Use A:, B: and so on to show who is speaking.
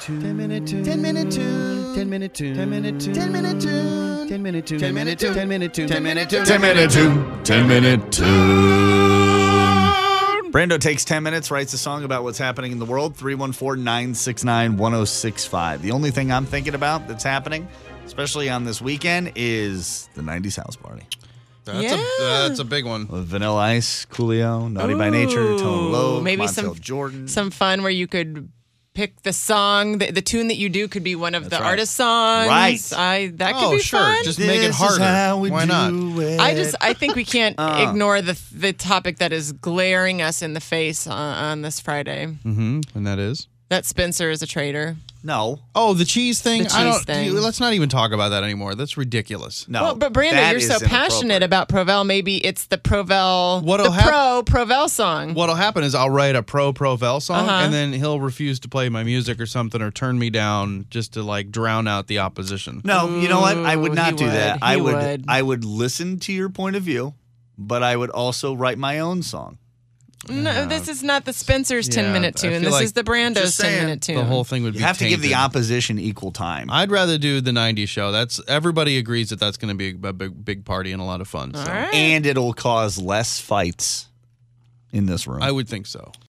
A: tune. 10 minute tune. 10 minute tune. 10 minute tune. 10 minute tune. 10 minute tune. 10 minute tune. 10 minute tune. 10 minute tune. 10 minute tune.
B: 10 minute tune. 10 minute tune.
C: Brando takes 10 minutes, writes a song about what's happening in the world. 314 969 1065. The only thing I'm thinking about that's happening, especially on this weekend, is the 90s house party.
D: That's,
E: Yeah.
D: a, that's a big one.
C: With Vanilla Ice, Coolio, Naughty by Nature, Tone
E: Ooh,
C: Low,
E: maybe
C: Montel
E: some-
C: Jordan.
E: Some fun where you could pick the song, the, the tune that you do could be one of the
C: right.
E: artist songs.
C: Right.
E: I that could
D: Oh,
E: be
D: sure.
E: fun.
D: Just make it harder. Why not?
C: it.
E: I just I think we can't
D: Uh.
E: ignore the the topic that is glaring us in the face on, on this Friday.
D: Mm-hmm. And that is.
E: That Spencer is a traitor.
C: no,
D: Oh, the cheese thing.
E: The
D: I
E: cheese
D: don't.
E: thing.
D: you- let's not even talk about that anymore. That's ridiculous.
C: no.
E: well, but Brando,
C: That
E: you're
C: is
E: so passionate
C: inappropriate.
E: about Provel. Maybe it's the Provel,
D: What'll
E: the
D: hap-
E: pro Provel song.
D: What'll happen is I'll write a pro Provel song,
E: Uh-huh.
D: and then he'll refuse to play my music or something, or turn me down just to like drown out the opposition.
C: No, you know what? I would
E: Ooh,
C: not
E: he
C: do that.
E: would.
C: I
E: He
C: would,
E: would.
C: I would listen to your point of view, but I would also write my own song.
E: No, this is not the Spencer's ten
D: Yeah,
E: minute
D: I
E: tune.
D: feel
E: This
D: like-
E: is the Brando's
C: Just saying,
E: ten minute tune.
D: The whole thing would
C: You
D: be.
C: have to give the
D: tainted.
C: opposition equal time.
D: I'd rather do the '90s show. That's everybody agrees that that's going to be a big, big party and a lot of fun. So
E: All right.
C: and it'll cause less fights in this room.
D: I would think so.